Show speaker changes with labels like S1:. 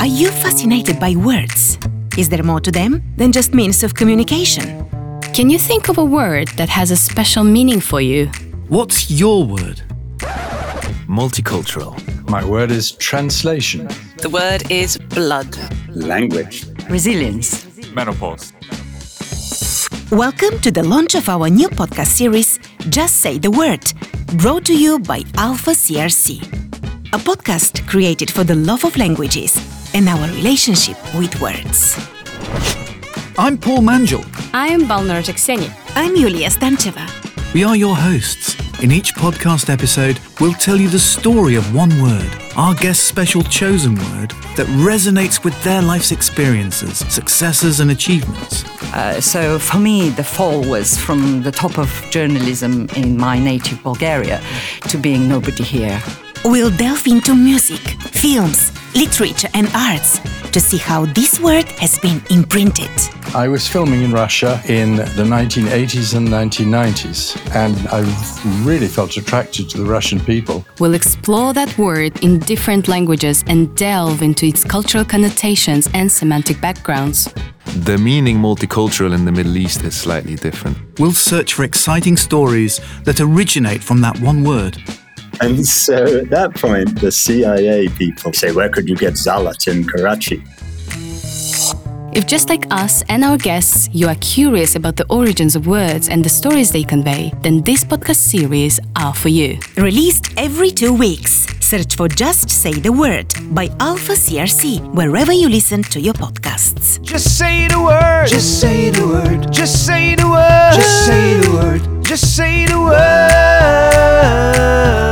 S1: Are you fascinated by words? Is there more to them than just means of communication?
S2: Can you think of a word that has a special meaning for you?
S3: What's your word? Multicultural.
S4: My word is translation.
S5: The word is blood.
S6: language.
S7: resilience.
S8: menopause.
S1: Welcome to the launch of our new podcast series, Just Say the Word, brought to you by Alpha CRC, a podcast created for the love of languages and our relationship with words.
S3: I'm Paul Manjel.
S2: I am Balnar Jakseni.
S1: I'm Yulia Stancheva.
S3: We are your hosts. In each podcast episode, we'll tell you the story of one word, our guest's special chosen word, that resonates with their life's experiences, successes, and achievements.
S7: Uh, so for me, the fall was from the top of journalism in my native Bulgaria to being nobody here.
S1: We'll delve into music, films, literature, and arts to see how this word has been imprinted.
S4: I was filming in Russia in the 1980s and 1990s, and I really felt attracted to the Russian people.
S2: We'll explore that word in different languages and delve into its cultural connotations and semantic backgrounds.
S8: The meaning multicultural in the Middle East is slightly different.
S3: We'll search for exciting stories that originate from that one word.
S6: And so at that point, the CIA people say, Where could you get Zalat in Karachi?
S2: If, just like us and our guests, you are curious about the origins of words and the stories they convey, then this podcast series are for you.
S1: Released every two weeks. Search for Just Say the Word by Alpha CRC wherever you listen to your podcasts.
S9: Just say the word. Just say the word. Just say the word. Just say the word. Just say the word.